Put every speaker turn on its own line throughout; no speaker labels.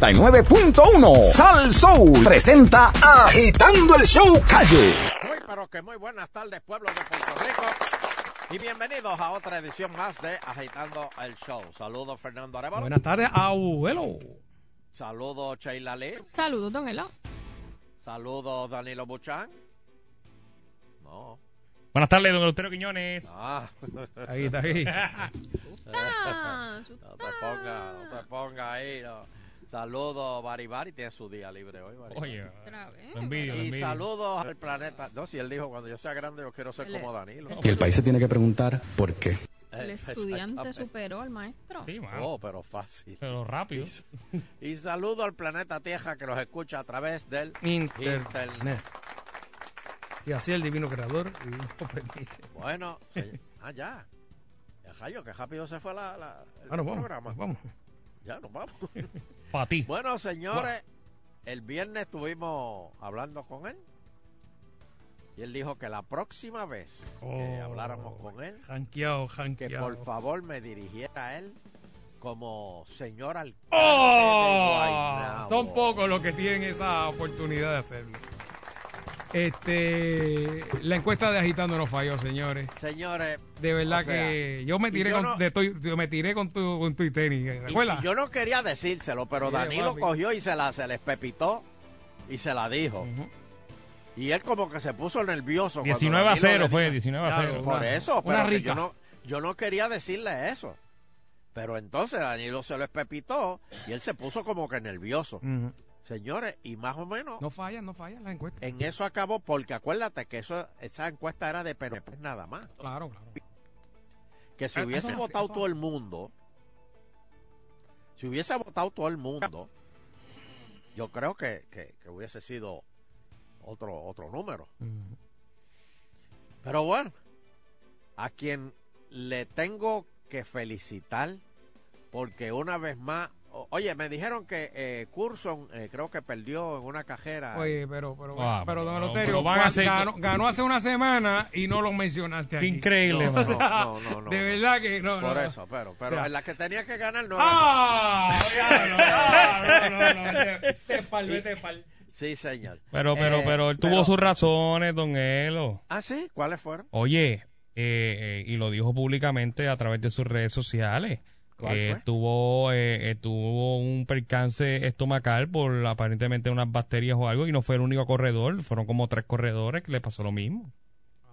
99.1 Sal Soul presenta Agitando el Show Calle.
Muy pero que muy buenas tardes pueblo de Puerto Rico y bienvenidos a otra edición más de Agitando el Show. Saludos Fernando Arevalo.
Buenas tardes, abuelo.
Saludos Sheila Lee.
Saludos, don Elo.
Saludos Danilo Buchan. No.
Buenas tardes, don Lutero Quiñones.
Ah, no
Ahí está, ahí.
Ah, chuta.
te ponga, no te ponga ahí. no. Saludos Baribari, tiene su día libre hoy. Bari Bari.
Oye,
Otra vez.
lo envidio, lo
Y
envidio.
saludos al planeta. No, si él dijo, cuando yo sea grande yo quiero ser como Danilo.
Y el país se tiene que preguntar por qué.
e- El estudiante superó al maestro.
Sí, mano,
Oh, pero fácil.
Pero rápido.
Y saludo al planeta Tierra que nos escucha a través del
Internet. Y así el divino creador lo permite.
Bueno, se- ah, ya. Ya, Jayo, que rápido se fue la, la- el
Ah, no, vamos,
programa.
vamos.
Ya nos vamos.
Para ti.
bueno, señores, el viernes estuvimos hablando con él. Y él dijo que la próxima vez que
Oh.
habláramos con él,
Janqueado,
que
janqueado.
por favor me dirigiera a él como señor alcalde de
¡Oh!
Guaynabo.
Son pocos los que tienen esa oportunidad de hacerlo. Este, la encuesta de agitando no falló, señores.
Señores,
De verdad
o sea,
que yo me
y
tiré
yo
con,
no-
de tu- yo me tiré con tu, con tu tenis, ¿te
Y-
acuerdas?
y Yo no quería decírselo, pero
Mire,
Danilo
papi.
cogió y se la se les pepitó y se la dijo.
Ujú.
Y él como que se puso nervioso. cuando
19 a
Danilo
0
le
fue,
pues,
dijo-
19 a
Claro,
0.
Por
Una-
eso,
una
pero que
rica.
yo no yo no quería decirle eso. Pero entonces Danilo se lo espepitó y él se puso como que nervioso.
Ujú.
Señores, y más o menos
No fallan, no fallan las encuestas.
en eso acabó, porque acuérdate que eso esa encuesta era de pero nada más.
Claro, claro.
Que si
Ah,
hubiese
eso-
votado
eso-
todo el mundo, si hubiese votado todo el mundo, yo creo que, que- que hubiese sido otro, otro número.
Ujú.
Pero bueno, a quien le tengo que felicitar, porque una vez más, o- oye, me dijeron que eh, Curson eh, creo que perdió en una cajera.
Oye, pero, pero,
Ah,
pero don
pero-
Eleuterio,
pero van a
Juan
ser-
ganó, ganó hace una semana y no lo mencionaste
Qué
aquí.
increíble,
No,
mano.
no, no, no, no.
de verdad que no. no,
Por
no.
eso, pero, pero
Ya.
en la que tenía que ganar no. ganó.
¡Ah! diablo, ah, no, no, no, te- Te pal, vete pal.
Sí, señor.
Pero, pero,
Eh,
pero él tuvo
pero-
sus razones, don Elo.
Ah, sí, ¿cuáles fueron?
Oye, eh, eh, y lo dijo públicamente a través de sus redes sociales.
¿Cuál
Eh,
fue?
Tuvo, eh, eh, tuvo un percance estomacal por aparentemente unas bacterias o algo y no fue el único corredor. Fueron como tres corredores que le pasó lo mismo.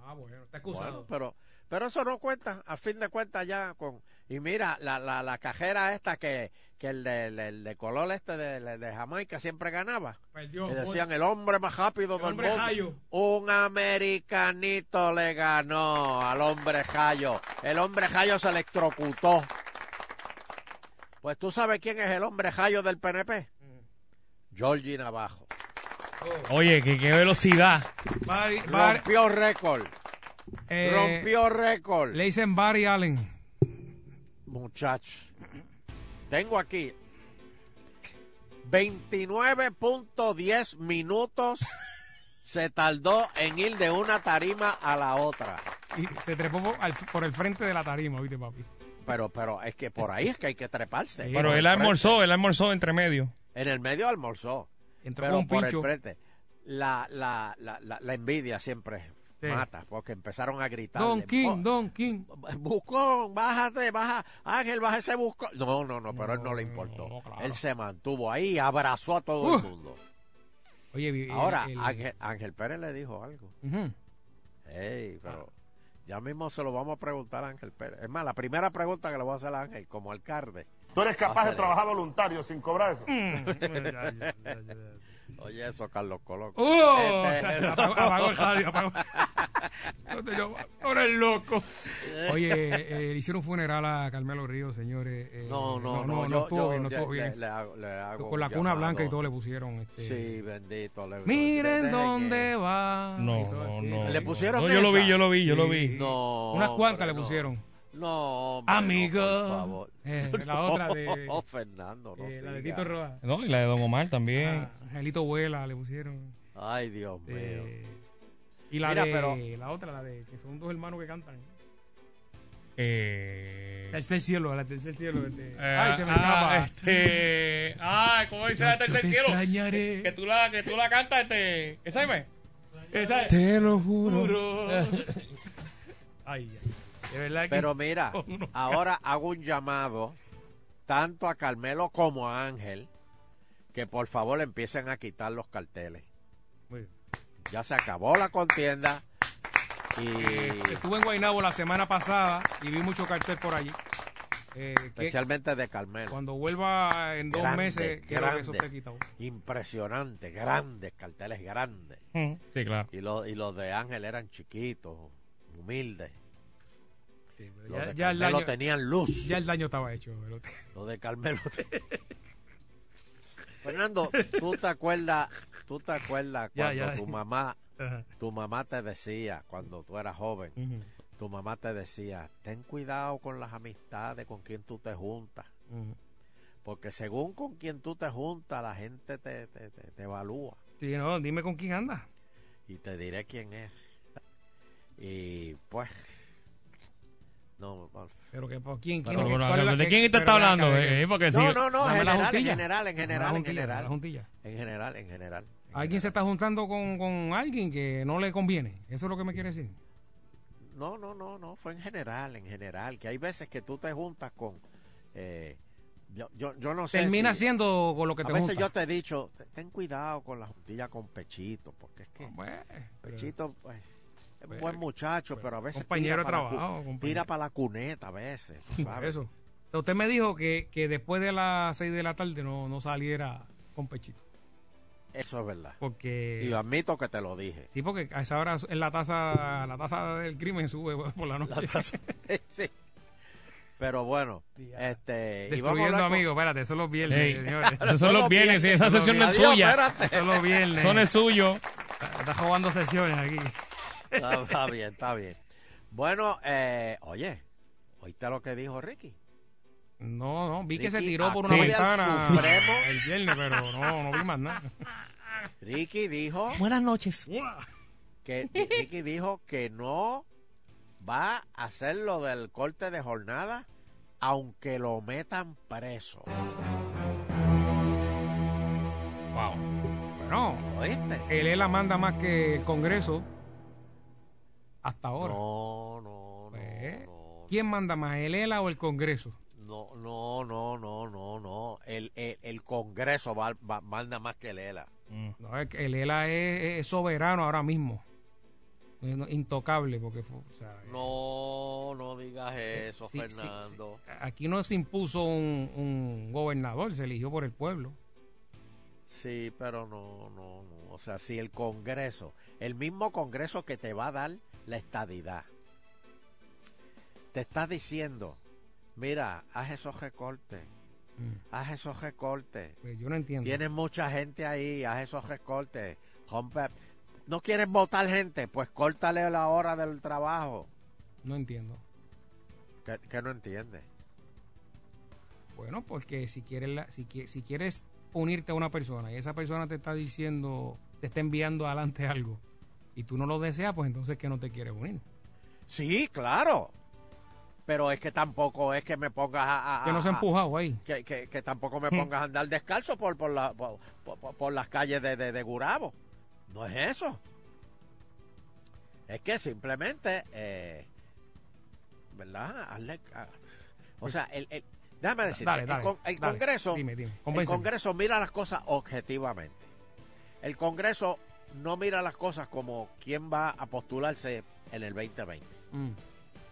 Ah, bueno, está
Bueno,
excusado.
pero, pero eso no cuenta, a fin de cuentas ya con... Y mira, la, la, la cajera esta que, que el, de, el de- el de color este de, de- de Jamaica siempre ganaba.
Perdió.
Le decían el hombre más rápido
El
del
hombre
mundo.
jayo.
Un americanito le ganó al hombre Jayo. El hombre Jayo se electrocutó. Pues tú sabes quién es el hombre Jayo del PNP.
Mm.
Georgie Navajo.
Oye, que qué velocidad.
Barry- Barry-
Rompió récord.
eh,
rompió récord.
Le dicen Barry Allen.
Muchachos, tengo aquí 29.10 minutos se tardó en ir de una tarima a la otra.
Y se trepó por, al- por el frente de la tarima, ¿viste, papi?
Pero, pero es que por ahí es que hay que treparse.
Sí,
Pero
Por
él
el frente.
almorzó, él almorzó entre medio.
En el medio almorzó.
Entró
Pero
con un
por
pincho.
el frente. La, la, la, la, la envidia siempre
Sí.
mata, porque empezaron a gritar.
Don King, Don King.
Buscón, bájate, baja, Ángel, baja ese buscón. No, no, no, pero a él no le importó.
No, claro.
Él se mantuvo ahí, abrazó a todo el
Uh.
mundo.
Oye, el-
Ahora, Este
el-
Ángel, Ángel Pérez le dijo algo.
Ujú.
Ey, pero ya mismo se lo vamos a preguntar a Ángel Pérez. Es más, la primera pregunta que le voy a hacer a Ángel, como alcalde.
Tú eres capaz de
Pásale.
trabajar voluntario sin cobrar
Mm.
eso.
Oye, eso, Carlos Coloco.
¡Oh!
Este-
se- se apagó, apagó el radio, apagó. Entonces yo, Ahora el loco. Oye, eh, le hicieron un funeral a Carmelo Ríos, señores. eh,
no, no, no, yo-
estuvo
yo
bien, no
ya-
estuvo
le-
bien.
le hago- le hago
Con la
un
cuna
llamado.
blanca y todo le pusieron. Este,
Sí, bendito. le-
Miren
dejen
dónde
eso.
va.
No,
Y todo
no,
así,
no.
sí.
Le pusieron
No, yo lo
esa.
vi, yo lo vi, yo lo vi.
No.
Unas cuantas
hombre,
le
no.
pusieron.
No, hombre,
Amigo.
no, por favor.
Eh, la otra de-
No, Fernando, no
Eh, la de
siga.
Tito Roa.
No, y la de Don Omar también.
Ah, Angelito Vuela le pusieron.
Ay, Dios mío.
eh, y la
Mira,
de
pero-
la otra, la de que son dos hermanos que cantan.
Ah.
Eh,
Tercer cielo, la tercer cielo. este.
eh,
Ay, se me
ah,
escapa.
Este, ah, ¿cómo dice la
Yo
tercer
te
cielo?
extrañaré.
Que tú la, que tú la cantas, este. ¿Esa es? Esa es.
Te lo
Juro.
Ay, ay, de verdad que.
Pero mira,
Oh, no.
ahora hago un llamado tanto a Carmelo como a Ángel que por favor empiecen a quitar los carteles.
Muy bien.
Ya se acabó la contienda y
Eh, Estuve en Guaynabo la semana pasada y vi mucho cartel por allí. Eh, que
especialmente de Carmelo.
cuando vuelva en dos
Grande,
meses, quiero que eso
grande.
esté quitado.
Impresionante, grandes carteles grandes.
Sí, claro.
Y, los y los de Ángel eran chiquitos, humildes.
Sí, pero
Los
ya,
de
ya el
Carmelo
daño,
tenían luz.
ya el daño estaba hecho. pero-
Los de Carmelo. Fernando, ¿tú te acuerdas, tú te acuerdas
Ya,
cuando
ya.
tu mamá
Ajá.
Tu mamá te decía, cuando tú eras joven,
Ujú.
tu mamá te decía, ten cuidado con las amistades, con quien tú te juntas. Porque según con quien tú te juntas, la gente te, te, te- te evalúa.
Sí, no, dime con quién anda.
Y te diré quién es. Y pues... No, no,
Pero que por quién, quién
Pero,
¿cuál
bueno,
es la
¿De
que-
quién te está
pero la
hablando?
cara de-
eh? Porque si-
no, no, no,
dame
general,
la
en
juntilla.
general, en
La
general, en
juntilla,
general.
la juntilla.
En general, en general. en
Alguien
general.
se está juntando con, con alguien que no le conviene. Eso es lo que me quiere decir.
No, no, no, no, fue en general, en general. Que hay veces que tú te juntas con... eh, yo, yo, yo no sé
Termina
si-
siendo con lo que
a
te
veces
gusta.
yo te he dicho, te- ten cuidado con la juntilla con Pechito, porque es que
Ah, Bueno, pero-
Pechito pues, es un
Pero-
buen muchacho, pero, a veces
compañero
tira,
de
para la cu-
trabajo, compañero.
tira para la cuneta a veces, tú
Por
sabes.
eso. Entonces, Usted me dijo que, que después de las 6 de la tarde no, no saliera con pechito.
Eso es verdad.
Porque.
Y yo admito que te lo dije.
Sí, porque a esa hora es la tasa, la tasa del crimen sube por la noche.
Sí. Pero bueno,
Sí, ya.
este y vamos a
Destruyendo
hablar con-
amigos, espérate, eso es los viernes,
Ey,
señores.
Esos son los bienes, sí, esa
son los
sesión no es
Adiós,
suya.
espérate.
Eso es los viernes.
Son el suyo.
Está jugando sesiones aquí.
Está, está bien, está bien. Bueno, eh, oye, oíste lo que dijo Ricky.
No, no, vi que se
Ricky,
tiró por una
acude al
ventana
Supremo.
el viernes, pero no, no vi más nada.
Ricky dijo
Buenas noches.
que Ricky dijo que no va a hacer lo del corte de jornada aunque lo metan preso.
Wow.
Bueno,
¿Oíste?
el ELA manda más que el Congreso hasta ahora.
No, no, no,
Pues,
no.
¿Quién manda más, el ELA o el Congreso?
No, no, no, no, no, no. El, el, el Congreso va- va- manda más que Lela.
Eh. No, es que el ELA es, es soberano ahora mismo. No, no, intocable, porque fue- o sea,
No, no digas eso,
sí, sí, sí.
Fernando.
aquí no se impuso un, un gobernador, se eligió por el pueblo.
Sí, pero no, no, no. O sea, si el Congreso, el mismo Congreso que te va a dar la estadidad, te está diciendo, mira, haz esos recortes,
Mm.
haz esos recortes.
Pues yo no entiendo.
Tienes mucha gente ahí, haz esos recortes. Rompe- No quieres votar gente, pues córtale la hora del trabajo.
No entiendo.
Que, que no entiende.
Bueno, porque si quieres, la- si, qui- si quieres unirte a una persona y esa persona te está diciendo, te está enviando adelante algo y tú no lo deseas, pues entonces que no te quieres unir.
Sí, claro. Pero es que tampoco es que me pongas a... a-
Que no se ha
a-
empujado ahí.
que, que- que tampoco
Hmm.
me pongas a andar descalzo por, por, la- por, por- por las calles de, de, de Gurabo. No es eso. Es que simplemente, eh, ¿verdad? Hazle ca- o sea, el, el- déjame decir,
Dale,
el,
dale,
con- el
dale.
Congreso,
Dime, dime,
el
convénceme.
Congreso mira las cosas objetivamente. El Congreso no mira las cosas como quién va a postularse en el 2020.
Mm.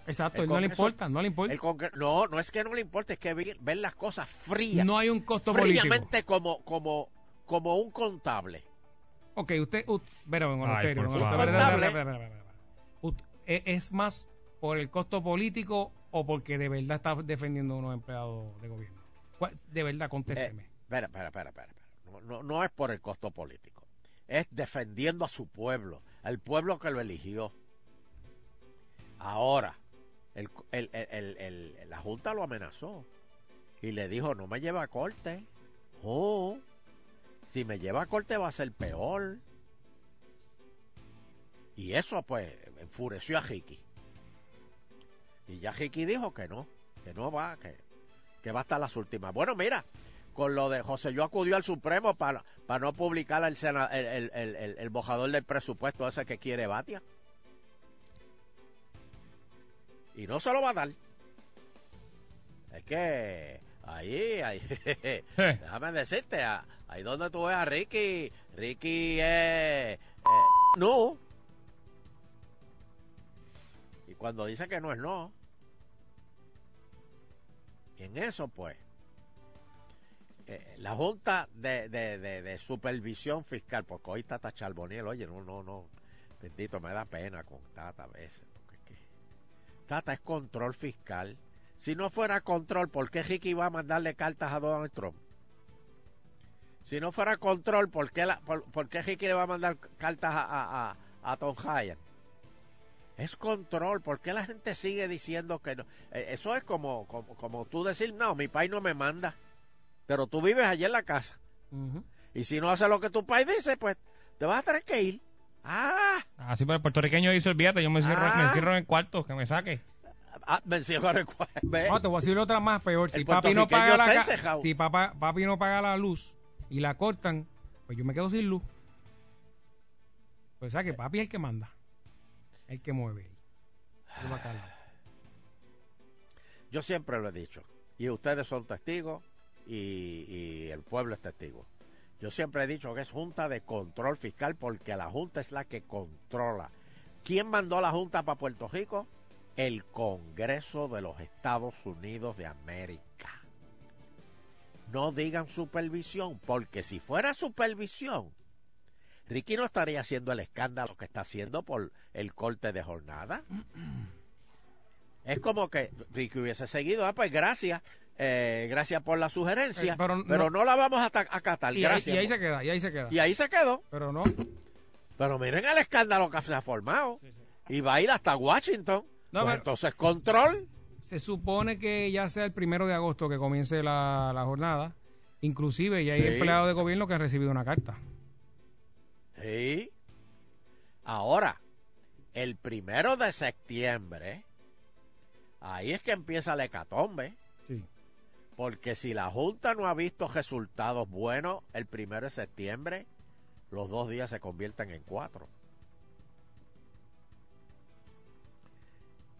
Exacto,
El
él no le
Congreso-
importa, no le importa.
El Congre- no, no es que no le importe, es que vi- ver las cosas frías
No hay un costo político.
fríamente como, como, como un contable.
Ok, usted. ut- Espera, don
Ay,
Eleuterio,
por
don Eleuterio,
favor.
espera, espera,
Contable.
espera, espera, espera, espera. Ut- ¿e- ¿Es más por el costo político o porque de verdad está defendiendo a unos empleados de gobierno? ¿Cuál- De verdad,
Eh,
contésteme.
espera, espera, espera, espera, espera. No, no, no es por el costo político. Es defendiendo a su pueblo, al pueblo que lo eligió. Ahora, el, el- el- el- el- la Junta lo amenazó y le dijo, no me lleva a corte. Oh, si me lleva a corte va a ser peor. Y eso pues enfureció a Ricky. Y ya Ricky dijo que no, que no va, que, que va hasta las últimas. Bueno, mira, con lo de José, yo acudió al Supremo para, para no publicar el, sena- el, el, el- el- el bojador del presupuesto ese que quiere Batia. Y no se lo va a dar. Es que ahí, ahí,
Eh,
déjame decirte, a- ahí donde tú ves a Ricky, Ricky es... eh, no. Y cuando dice que no es no. Y en eso, pues, eh, la Junta de, de- de- de Supervisión Fiscal, porque hoy Tata Charboniel, oye, no, no, no, bendito, me da pena con Tata a veces, porque es que Tata es control fiscal. Si no fuera control, ¿por qué Ricky iba a mandarle cartas a Donald Trump? Si no fuera control, ¿por qué, la- por, por qué Ricky le va a mandar cartas a, a- a- a Tom Hyatt? Es control, ¿por qué la gente sigue diciendo que no? Eh, Eso es como, como, como tú decir, no, mi país no me manda, pero tú vives allí en la casa.
Ujú.
Y si no haces lo que tu país dice, pues te vas a tener que ir. Ah,
Así para el puertorriqueño dice, olvídate, yo me cierro,
Ah.
me cierro en el cuarto, que me saque.
ah, me encierro en el cua- ve.
No, te voy a decir otra más peor. Si
Eh, El
papi no
puertorriqueño
paga la
está
ca-
encejao.
si papá, papi no paga la luz y la cortan, pues yo me quedo sin luz. Pues sabes que papi es el que manda, el que mueve. El bacalao.
Yo siempre lo he dicho. Y ustedes son testigos y, y el pueblo es testigo. Yo siempre he dicho que es junta de control fiscal porque la junta es la que controla. ¿Quién mandó la junta para Puerto Rico? El Congreso de los Estados Unidos de América. No digan supervisión, porque si fuera supervisión, Ricky no estaría haciendo el escándalo que está haciendo por el corte de jornada. Es como que Ricky hubiese seguido, ah, pues gracias, eh, gracias por la sugerencia,
Eh, pero
pero,
no-
no la vamos a ta- acatar.
Y, ahí,
Ah, gracias.
y ahí se queda, y ahí se queda.
Y ahí se quedó.
Pero no.
Pero miren el escándalo que se ha formado. Y va a ir hasta Washington.
No,
Pues
pero-
Entonces, control.
Se supone que ya sea el primero de agosto que comience la, la jornada. Inclusive ya hay
Sí.
empleados de gobierno que han recibido una carta.
Sí. Ahora, el primero de septiembre, ahí es que empieza la hecatombe.
Sí.
Porque si la Junta no ha visto resultados buenos el primero de septiembre, los dos días se convierten en cuatro.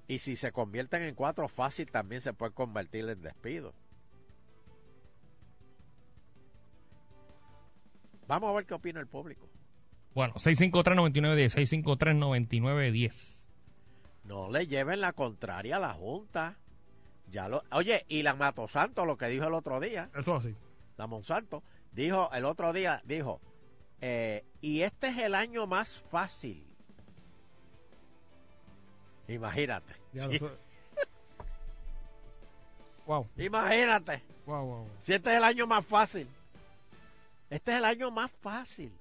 Y si se convierten en cuatro, fácil también se puede convertir en despido. Vamos a ver qué opina el público.
Bueno, 653-9910, 653-9910.
No le lleven la contraria a la Junta. Ya lo, oye, y la Mato Santo, lo que dijo el otro día.
Eso así.
la Monsanto, dijo el otro día, dijo, eh, y este es el año más fácil. Imagínate. Sí,
Wow,
imagínate.
wow, wow.
Si este es el año más fácil. Este es el año más fácil.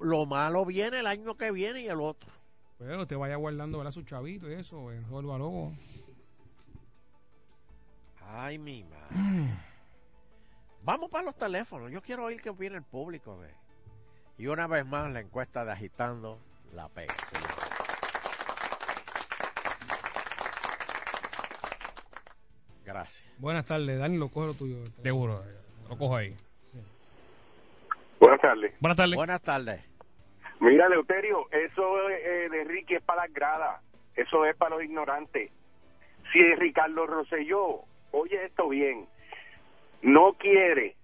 Lo malo viene el año que viene y el otro.
Pero te vaya guardando ¿verdad? su chavito y eso, eh, el solo a lobo.
Ay, mi madre. Vamos para los teléfonos. Yo quiero oír qué opina el público de. Y una vez más, la encuesta de Agitando la pega. señor. Gracias.
Buenas tardes, Dani, lo coge lo tuyo.
Seguro, eh, lo cojo ahí.
Buenas tardes.
Buenas tardes.
Buenas tardes.
Mira, Leuterio, eso eh, de Ricky es para las gradas. Eso es para los ignorantes. Si es Ricardo Rosselló, oye esto bien, no quiere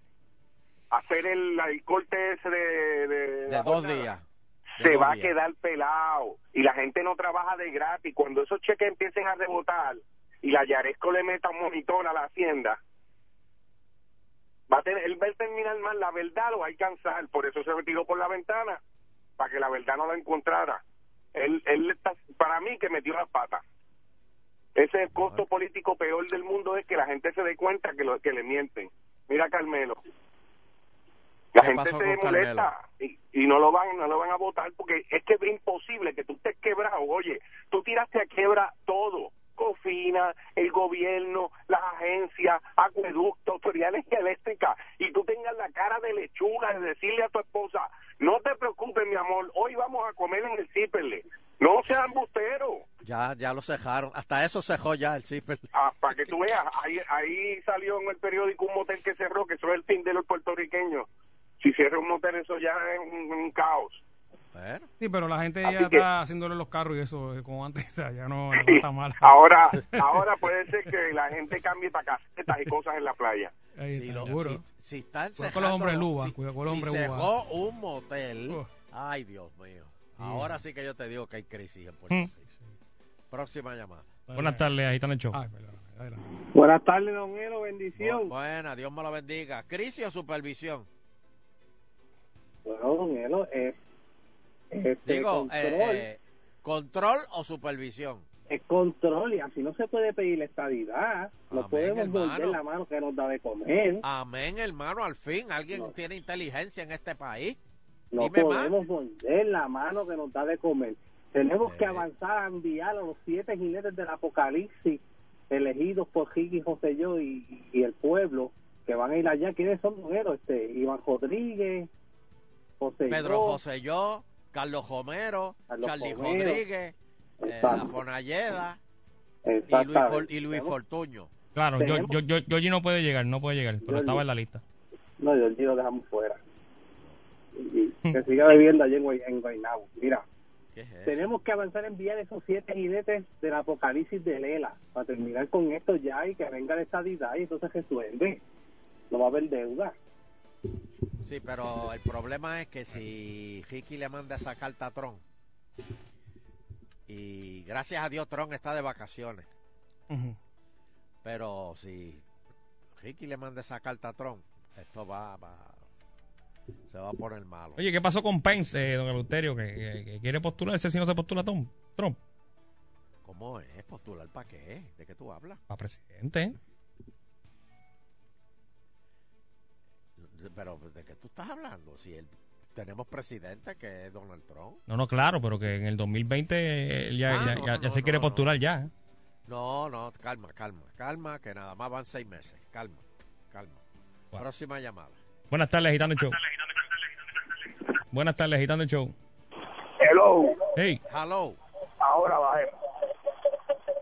hacer el, el corte ese de... De,
De
la
dos
jornada,
días. De
se
dos
va a
días.
quedar pelado y la gente no trabaja de gratis. Cuando esos cheques empiecen a rebotar y la Yaresco le meta un monitor a la hacienda, va a tener, él va a terminar mal. La verdad lo va a alcanzar, por eso se retiró por la ventana, para que la verdad no la encontrara. Él, él está, para mí que metió las patas. Ese es el costo político peor del mundo es que la gente se dé cuenta que, lo, que le mienten. Mira a Carmelo. La
¿Qué
gente
pasó
se
con Carmelo?
molesta y, y no lo van no lo van a votar porque es que es imposible que tú estés quebrado oye tú tiraste a quiebra todo Cofina el gobierno las agencias acueductos autoridades eléctricas y tú tengas la cara de lechuga de decirle a tu esposa no te preocupes mi amor hoy vamos a comer en el Ciperle no sean busteros
Ya, ya lo cejaron. Hasta eso cejó ya el CIPER.
Ah, para que tú veas, ahí, ahí salió en el periódico un motel que cerró, que eso es el fin de los puertorriqueños. Si cierra un motel, eso ya es un, un caos.
Bueno,
Sí, pero la gente
Así
ya
que-
está haciéndole los carros y eso, eh, como antes, o sea, ya no, no está mal.
Ahora, ahora puede ser que la gente cambie tacacetas y cosas en la playa.
Ahí
si,
está,
lo-
seguro.
si, si están
Cuidado
cejando...
con los hombres luba,
si-
cuidado con los
si
hombres luba.
cejó un motel...
Oh.
Ay, Dios mío.
Sí.
Ahora sí que yo te digo que hay crisis en Puerto Rico. Próxima llamada.
Buenas tardes, ahí están el show.
Ay, perdóname, adelante.
Buenas tardes, don Elo, bendición.
Buena, Dios me lo bendiga. ¿Crisis o supervisión?
Bueno, don Elo, es, este,
Digo, eh,
control,
eh, ¿control o supervisión?
es control y así no se puede pedir la estadidad. No
Amén,
podemos
hermano. Ah,
volver la mano que nos da de comer.
Amén, hermano, al fin. ¿Alguien tiene inteligencia en este país?
no
dime más.
podemos volver la mano que nos da de comer. Tenemos
Eh.
que avanzar a enviar a los siete jinetes del apocalipsis elegidos por Higgins, José Yo y, y el pueblo que van a ir allá. ¿Quiénes son, don Elo? Este, Iván Rodríguez, José
Pedro
Yo,
José Yo, Carlos Homero,
Carlos
Charlie
Homero.
Rodríguez, eh,
Exacto.
la Fonalleda y Luis,
Exactamente.
For- y Luis
Tenemos-
Fortuño.
Claro, yo,
Tenemos-
yo, yo, Georgie no puede llegar, no puede llegar, pero
Georgie.
estaba en la lista.
No, yo el lo dejamos fuera. Y que siga bebiendo allí en, Guay- en Guaynabo. Mira,
¿Qué es eso?
tenemos que avanzar a enviar esos siete jinetes del apocalipsis de Lela para terminar con esto ya y que venga la estadidad y entonces se suelde. No va a haber deuda.
Sí, pero el problema es que si Ricky le manda esa carta a Tron, y gracias a Dios Tron está de vacaciones,
Ujú.
pero si Ricky le manda esa carta a Tron, esto va, va- se va a poner malo.
Oye, ¿qué pasó con Pence, eh, don Eleuterio, que, que- que quiere postularse si no se postula Tom, Trump?
¿Cómo es? ¿Postular para qué? ¿De qué tú hablas?
Para presidente, ¿eh?
Pero ¿de qué tú estás hablando? Si el, tenemos presidente que es Donald Trump.
No, no, claro, pero que en el 2020 él eh, ya,
Ah,
ya-
no,
ya- ya
no,
se
no,
quiere
no.
postular ya. ¿eh?
No, no, calma, calma, calma, que nada más van seis meses. Calma, calma.
Bueno.
Próxima llamada.
Buenas tardes, Gitano Show. Buenas tardes, Gitano Show.
Hello,
Hey,
Hello,
ahora bajé.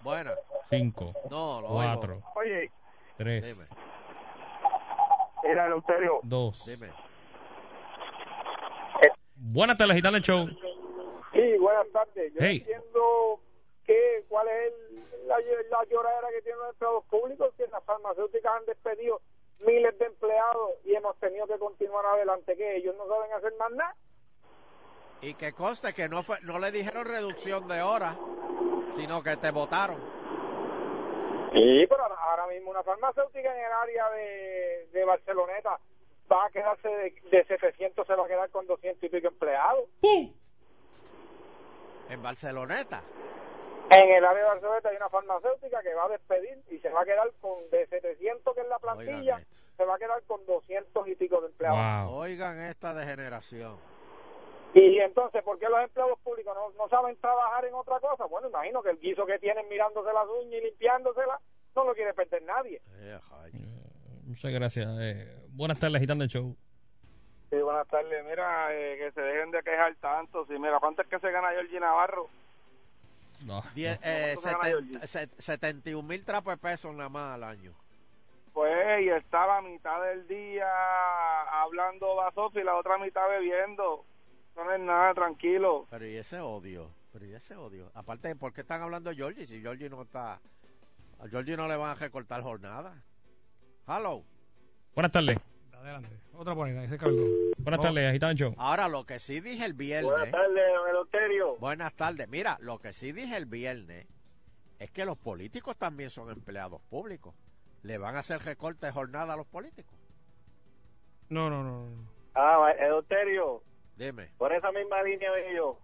buena.
5,
No, lo oigo.
4,
Oye,
3,
Dime,
era Eleuterio.
2.
dime.
Buenas tardes, Gitano Show.
Sí, buenas tardes. Yo
Hey.
no entiendo qué, cuál es el- la, la lloradera que tienen los empleados públicos, que las farmacéuticas han despedido miles de empleados y hemos tenido que continuar adelante, que ellos no saben hacer más nada.
Y que conste que no fue, no le dijeron reducción de horas, sino que te votaron.
Sí, pero ahora- ahora mismo una farmacéutica en el área de, de Barceloneta va a quedarse de, de 700, se va a quedar con 200 y pico empleados.
En Barceloneta.
En el área de Barceloneta hay una farmacéutica que va a despedir y se va a quedar con de 700 que es la plantilla,
Oigan esto.
se va a quedar con 200 y pico de empleados.
Wow.
Oigan esta degeneración.
Y entonces, ¿por qué los empleados públicos no, no saben trabajar en otra cosa? Bueno, imagino que el guiso que tienen mirándose las uñas y limpiándosela no lo quiere perder nadie.
Eh, ay.
Muchas gracias. eh. buenas tardes, Gitano Show.
Sí, buenas tardes. Mira, eh, que se dejen de quejar tanto. Sí, mira, ¿cuánto es que se gana Georgie Navarro?
No.
Die- eh,
¿Cuánto gana
seten-
Georgie?
set- 71 mil trapos de pesos nada más al año.
Pues, y estaba a mitad del día hablando vasos y la otra mitad bebiendo. No es nada, tranquilo.
Pero y ese odio, pero y ese odio. Aparte, ¿por qué están hablando de Georgie si Georgie no está... A Georgie no le van a recortar jornada. Hello.
Buenas tardes.
Adelante. Otra bonita, ese cargo.
Buenas
Oh.
tardes, Gitano Show.
Ahora, lo que sí dije el viernes...
tardes, don Eloterio.
Buenas tardes. Mira, lo que sí dije el viernes es que los políticos también son empleados públicos. Le van a hacer recorte de jornada a los políticos.
No, no, no. no.
Ah, Euterio,
Dime.
por esa misma línea de yo.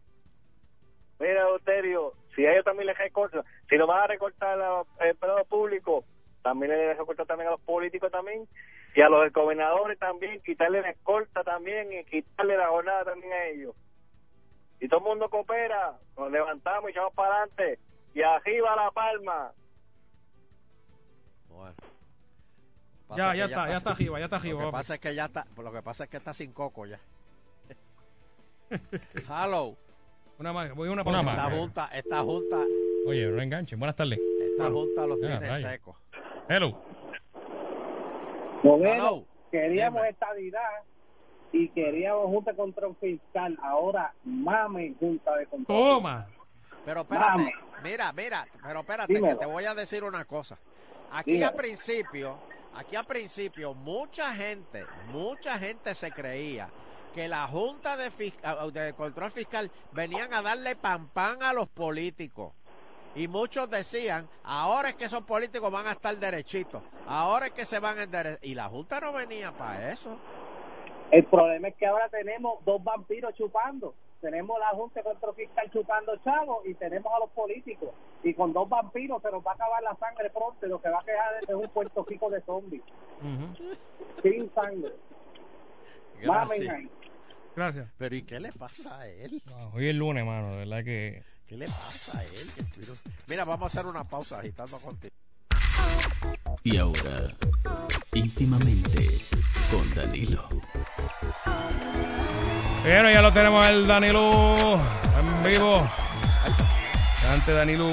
Mira, Euterio, si a ellos también les recortan, si lo van a recortar a eh, los empleados públicos, también les recortan también a los políticos también, y a los gobernadores también, quitarle la escolta también y quitarle la jornada también a ellos. Si todo el mundo coopera, nos levantamos y echamos para adelante, y arriba la palma.
Bueno. Lo que
Ya,
pasa
ya
es que
está, ya está arriba, ya está
Lo
arriba.
que
papi.
pasa es que ya está, lo que pasa es que está sin coco ya. Hello.
Una más, voy a una,
Una
pausa.
más. Ah, eh.
Esta junta, esta junta,
Oye, no enganchen. Buenas tardes.
Esta junta los
Ya,
tiene
rayos.
secos.
Hello.
Hello.
queríamos
Dime.
estabilidad y queríamos junta de control fiscal. Ahora mame junta de control.
Toma.
Pero espérate,
Vamos.
mira, mira, pero espérate, que
Dímelo.
te voy a decir una cosa. Aquí
Dímelo.
a principio, aquí a principio, mucha gente, mucha gente se creía que la Junta de, Fis- ah, de Control Fiscal venían a darle pan pan a los políticos. Y muchos decían, ahora es que esos políticos van a estar derechitos, ahora es que se van a enderezar. Y la Junta no venía para eso.
El problema es que ahora tenemos dos vampiros chupando. Tenemos la Junta de Control Fiscal chupando chavos y tenemos a los políticos. Y con dos vampiros se nos va a acabar la sangre pronto y lo que va a quedar es un puerto rico de zombies.
Ujú.
Sin sangre. Mamen
Gracias.
ahí.
Gracias.
Pero ¿y qué le pasa a él?
No, hoy es lunes, mano. De verdad que.
¿Qué le pasa a él? Que el virus- Mira, vamos a hacer una pausa agitando contigo.
Y ahora, íntimamente con Danilo.
Bueno, ya lo tenemos el Danilo en vivo.
Antes Danilo,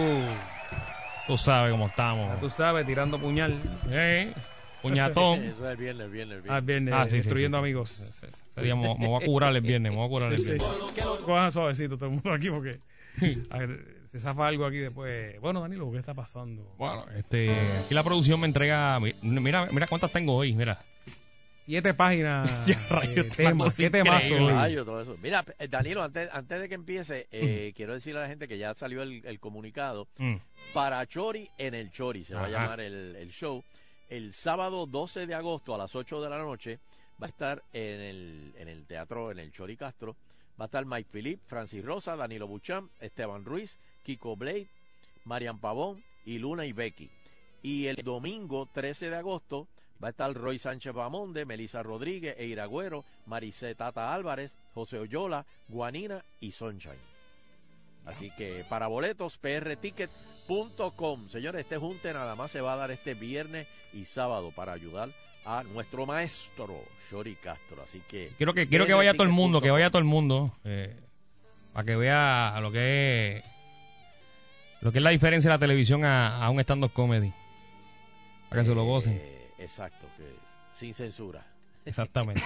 Tú sabes cómo
ya tú
estamos.
sabes, tirando puñal.
Eh, Puñatón.
Eso es viernes, viernes,
Ah, viernes,
Ah, sí, sí,
destruyendo
sí, sí.
amigos.
Ese día me, me voy a curar el viernes. Me voy a curar el
Sí.
viernes.
Cojan suavecito todo el mundo aquí porque a ver, se zafa algo aquí después. Bueno, Danilo, ¿qué está pasando?
Bueno, este. Aquí la producción me entrega. mi- Mira, mira cuántas tengo hoy. Mira.
Siete páginas.
Ya,
de
rayos, esta
temas.
cosa
¿Qué temazo
increíble.
hoy?
Ay, yo todo eso. Mira, eh, Danilo, antes, antes de que empiece, eh, quiero decirle a la gente que ya salió el, el comunicado.
Mm.
Para Chori en el Chori, se va a
Ajá.
llamar el, el show. El sábado 12 de agosto a las 8 de la noche va a estar en el, en el teatro, en el Chori Castro. Va a estar Mike Philip, Francis Rosa, Danilo Buchan, Esteban Ruiz, Kiko Blade, Marian Pavón y Luna y Becky. Y el domingo 13 de agosto va a estar Roy Sánchez Bamonde, Melissa Rodríguez, Eira Güero, Maricé Tata Álvarez, José Oyola, Guanina y Sunshine. Así que para boletos, prticket.com. Señores, este junte nada más se va a dar este viernes y sábado para ayudar a nuestro maestro, Shori Castro. Así que
Quiero que, quiero que vaya todo el mundo, que vaya todo el mundo. eh, para que vea lo que es. Lo que es la diferencia de la televisión a, a un stand-up comedy. Para que se lo gocen.
Eh, exacto, que sin censura.
Exactamente.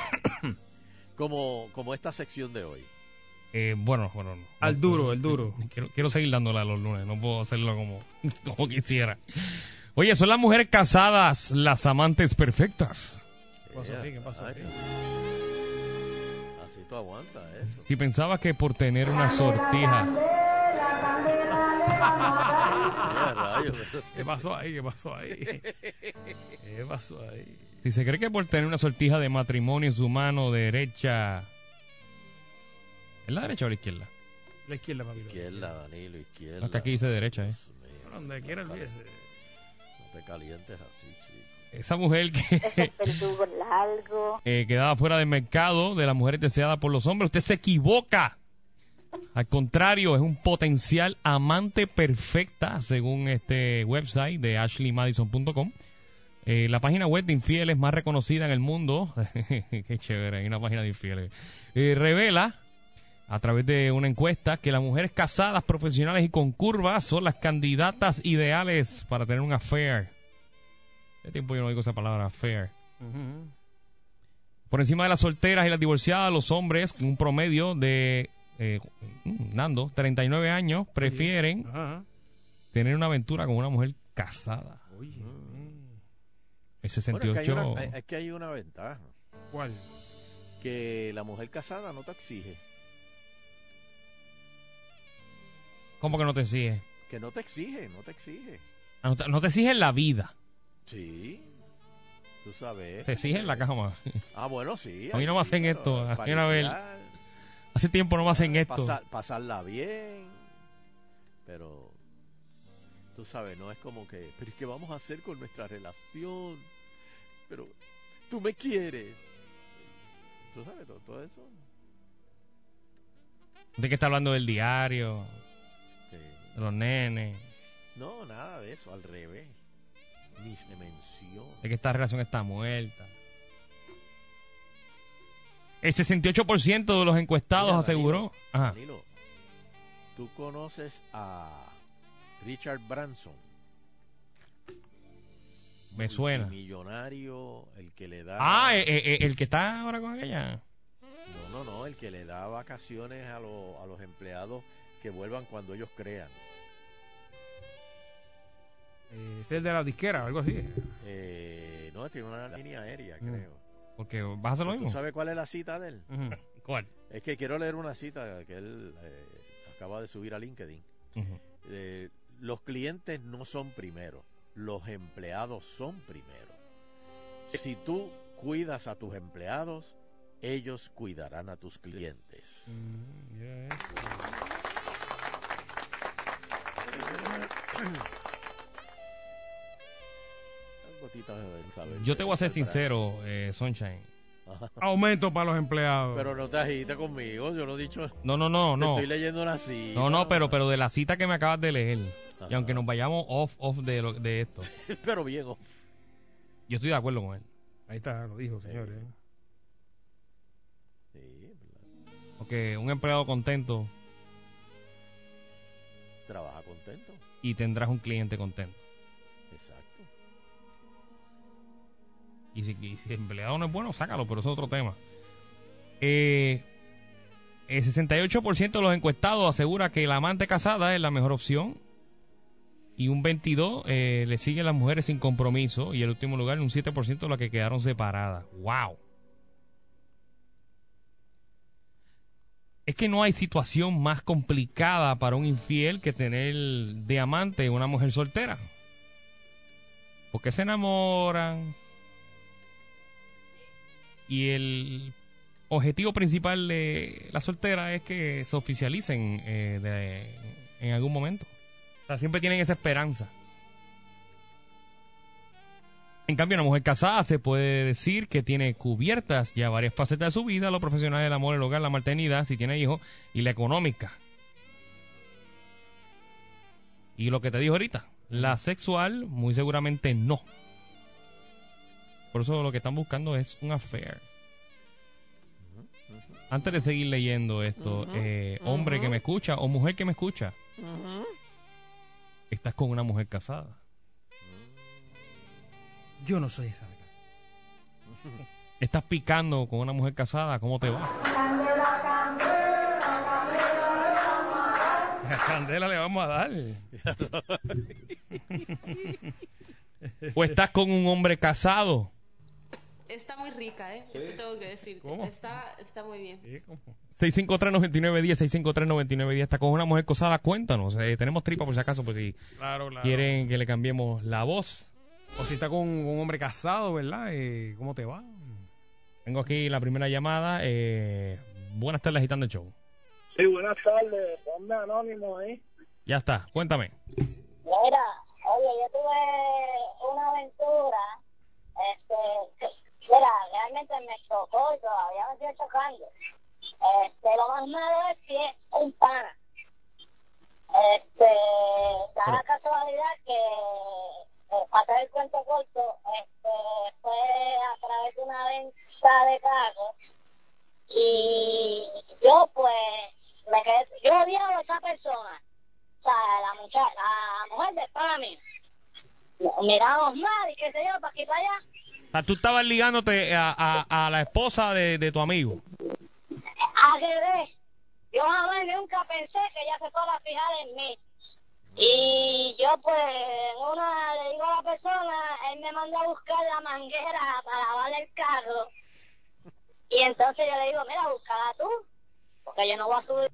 Como, como esta sección de hoy.
Eh, bueno, bueno. no.
Al duro, el duro.
Quiero, quiero seguir dándola los lunes. No puedo hacerlo como, como quisiera. Oye, son las mujeres casadas, las amantes perfectas.
¿Qué pasó aquí? ¿Qué pasó
Ay,
aquí?
Así tú aguantas eso.
Si pensabas que por tener una sortija.
Qué rayos.
¿Qué pasó ahí? ¿Qué pasó ahí? ¿Qué pasó ahí?
Si se cree que por tener una sortija de matrimonio en su mano derecha. ¿Es la derecha o la izquierda?
La izquierda, papi.
Izquierda, Danilo, izquierda.
No, es que aquí dice derecha, ¿eh?
Dios mío,
Bueno, Donde quiera olvídese.
No te calientes así, chico.
Esa mujer que
Verdugo largo.
eh, quedaba fuera del mercado de las mujeres deseadas por los hombres, usted se equivoca. Al contrario, es un potencial amante perfecta, según este website de ashleymadison.com. Eh, la página web de infieles más reconocida en el mundo, qué chévere, hay una página de infieles, Eh, revela a través de una encuesta que las mujeres casadas, profesionales y con curvas son las candidatas ideales para tener un affair. Hace tiempo yo no digo esa palabra, affair. Por encima de las solteras y las divorciadas, los hombres con un promedio de, eh, mm, Nando, 39 años, prefieren
Ajá.
Ah.
tener una aventura con una mujer casada. Mm.
Oye,
El
Bueno, es,
68...
que hay una, es que hay una ventaja.
¿cuál?
Que la mujer casada no te exige.
¿Cómo que no te exige?
Que no te exige, no te exige.
Ah, No te, no te exige en la vida,
Sí. Tú sabes.
te exige en la cama.
Ah, bueno, sí.
A mí no
ahí
me
sí,
hacen
pero
esto, a mí
para
una vez-
iniciar,
Hace tiempo no me hacen esto.
pasar- pasarla bien. Pero. Tú sabes, no es como que. Pero es que vamos a hacer con nuestra relación. Pero. Tú me quieres. Tú sabes todo, todo eso.
De que está hablando del diario,
Que-
de los nenes,
no, nada de eso, al revés. Ni se menciona.
de que esta relación está muerta. El 68% de los encuestados
Mira,
aseguró...
Danilo,
Ajá.
Danilo, tú conoces a Richard Branson.
Me suena.
Millonario, el que le da.
Ah, eh, eh, el que está ahora con ella.
No, no, no, el que le da vacaciones a, lo- a los empleados que vuelvan cuando ellos crean.
Eh, es el de la disquera, algo así.
Eh, no, tiene una línea aérea,
Mm.
creo.
Porque vas a hacer lo
¿Tú
mismo.
sabes cuál es la cita de él?
Ujú. ¿Cuál?
Es que quiero leer una cita que él eh, acaba de subir a LinkedIn.
Ujú.
Eh, los clientes no son primero, los empleados son primero. Si tú cuidas a tus empleados, ellos cuidarán a tus clientes. Las gotitas de saber.
Yo te voy a ser sincero, eh, Sunshine.
Ajá.
Aumento para los empleados.
Pero no te agites conmigo, yo lo he dicho.
No, no, no,
Te
no.
Estoy leyendo una cita.
No, no, pero, pero de la cita que me acabas de leer. Y
Ajá.
aunque nos vayamos off, off de, lo- de esto,
Pero oh. viejo.
yo estoy de acuerdo con él.
Ahí está, lo dijo, señores.
Sí, ¿verdad?
Porque un empleado contento
trabaja contento.
y tendrás un cliente contento.
Exacto.
Y si, y si el empleado no es bueno, sácalo, pero eso es otro tema. Eh, el 68% de los encuestados asegura que la amante casada es la mejor opción. Y un 22% eh, le siguen las mujeres sin compromiso. Y el último lugar, un 7% las que quedaron separadas. ¡Wow! Es que no hay situación más complicada para un infiel que tener de amante una mujer soltera. Porque se enamoran, y el objetivo principal de la soltera es que se oficialicen eh, de- en algún momento. O sea, siempre tienen esa esperanza. En cambio, una mujer casada se puede decir que tiene cubiertas ya varias facetas de su vida, lo profesional, el amor, el hogar, la maternidad, si tiene hijos, y la económica. Y lo que te dijo ahorita, la sexual muy seguramente no. Por eso lo que están buscando es un affair. Antes de seguir leyendo esto, eh, hombre que me escucha o mujer que me escucha, estás con una mujer casada.
Yo no soy esa.
Estás picando con una mujer casada, ¿cómo te va? La candela le vamos a dar. o Pues estás con un hombre casado.
Está muy rica, ¿eh? Esto tengo que decir.
¿Cómo?
Está, está muy bien.
653-9910, 653-9910. Estás con una mujer casada, cuéntanos. Eh, tenemos tripa por si acaso, por si
Claro, claro.
quieren que le cambiemos la voz.
O si está con un hombre casado, ¿verdad? Eh, ¿Cómo te va?
Tengo aquí la primera llamada. eh, buenas tardes, agitando el show.
Sí, buenas tardes. Ponme anónimo
¿eh?
ahí.
Ya está, cuéntame.
Mira, oye, yo tuve una aventura. Este, mira, realmente me chocó y todavía me sigue chocando. Este, lo más malo es que es un pana. Este, da la casualidad que, eh, para hacer el cuento corto, este, fue a través de una venta de carros y yo pues me quedé, yo odiaba a esa persona, o sea, la muchacha, la mujer de pana mía. Mirábamos mal y qué sé yo, para aquí y para allá.
O sea, tú estabas ligándote a, a- a la esposa de, de tu amigo.
Ajedrez. Yo jamás nunca pensé que ella se fuera a fijar en mí. Y yo pues en una le digo a la persona, él me mandó a buscar la manguera para lavar el carro. Y entonces yo le digo, mira, búscala tú, porque yo no voy a subir.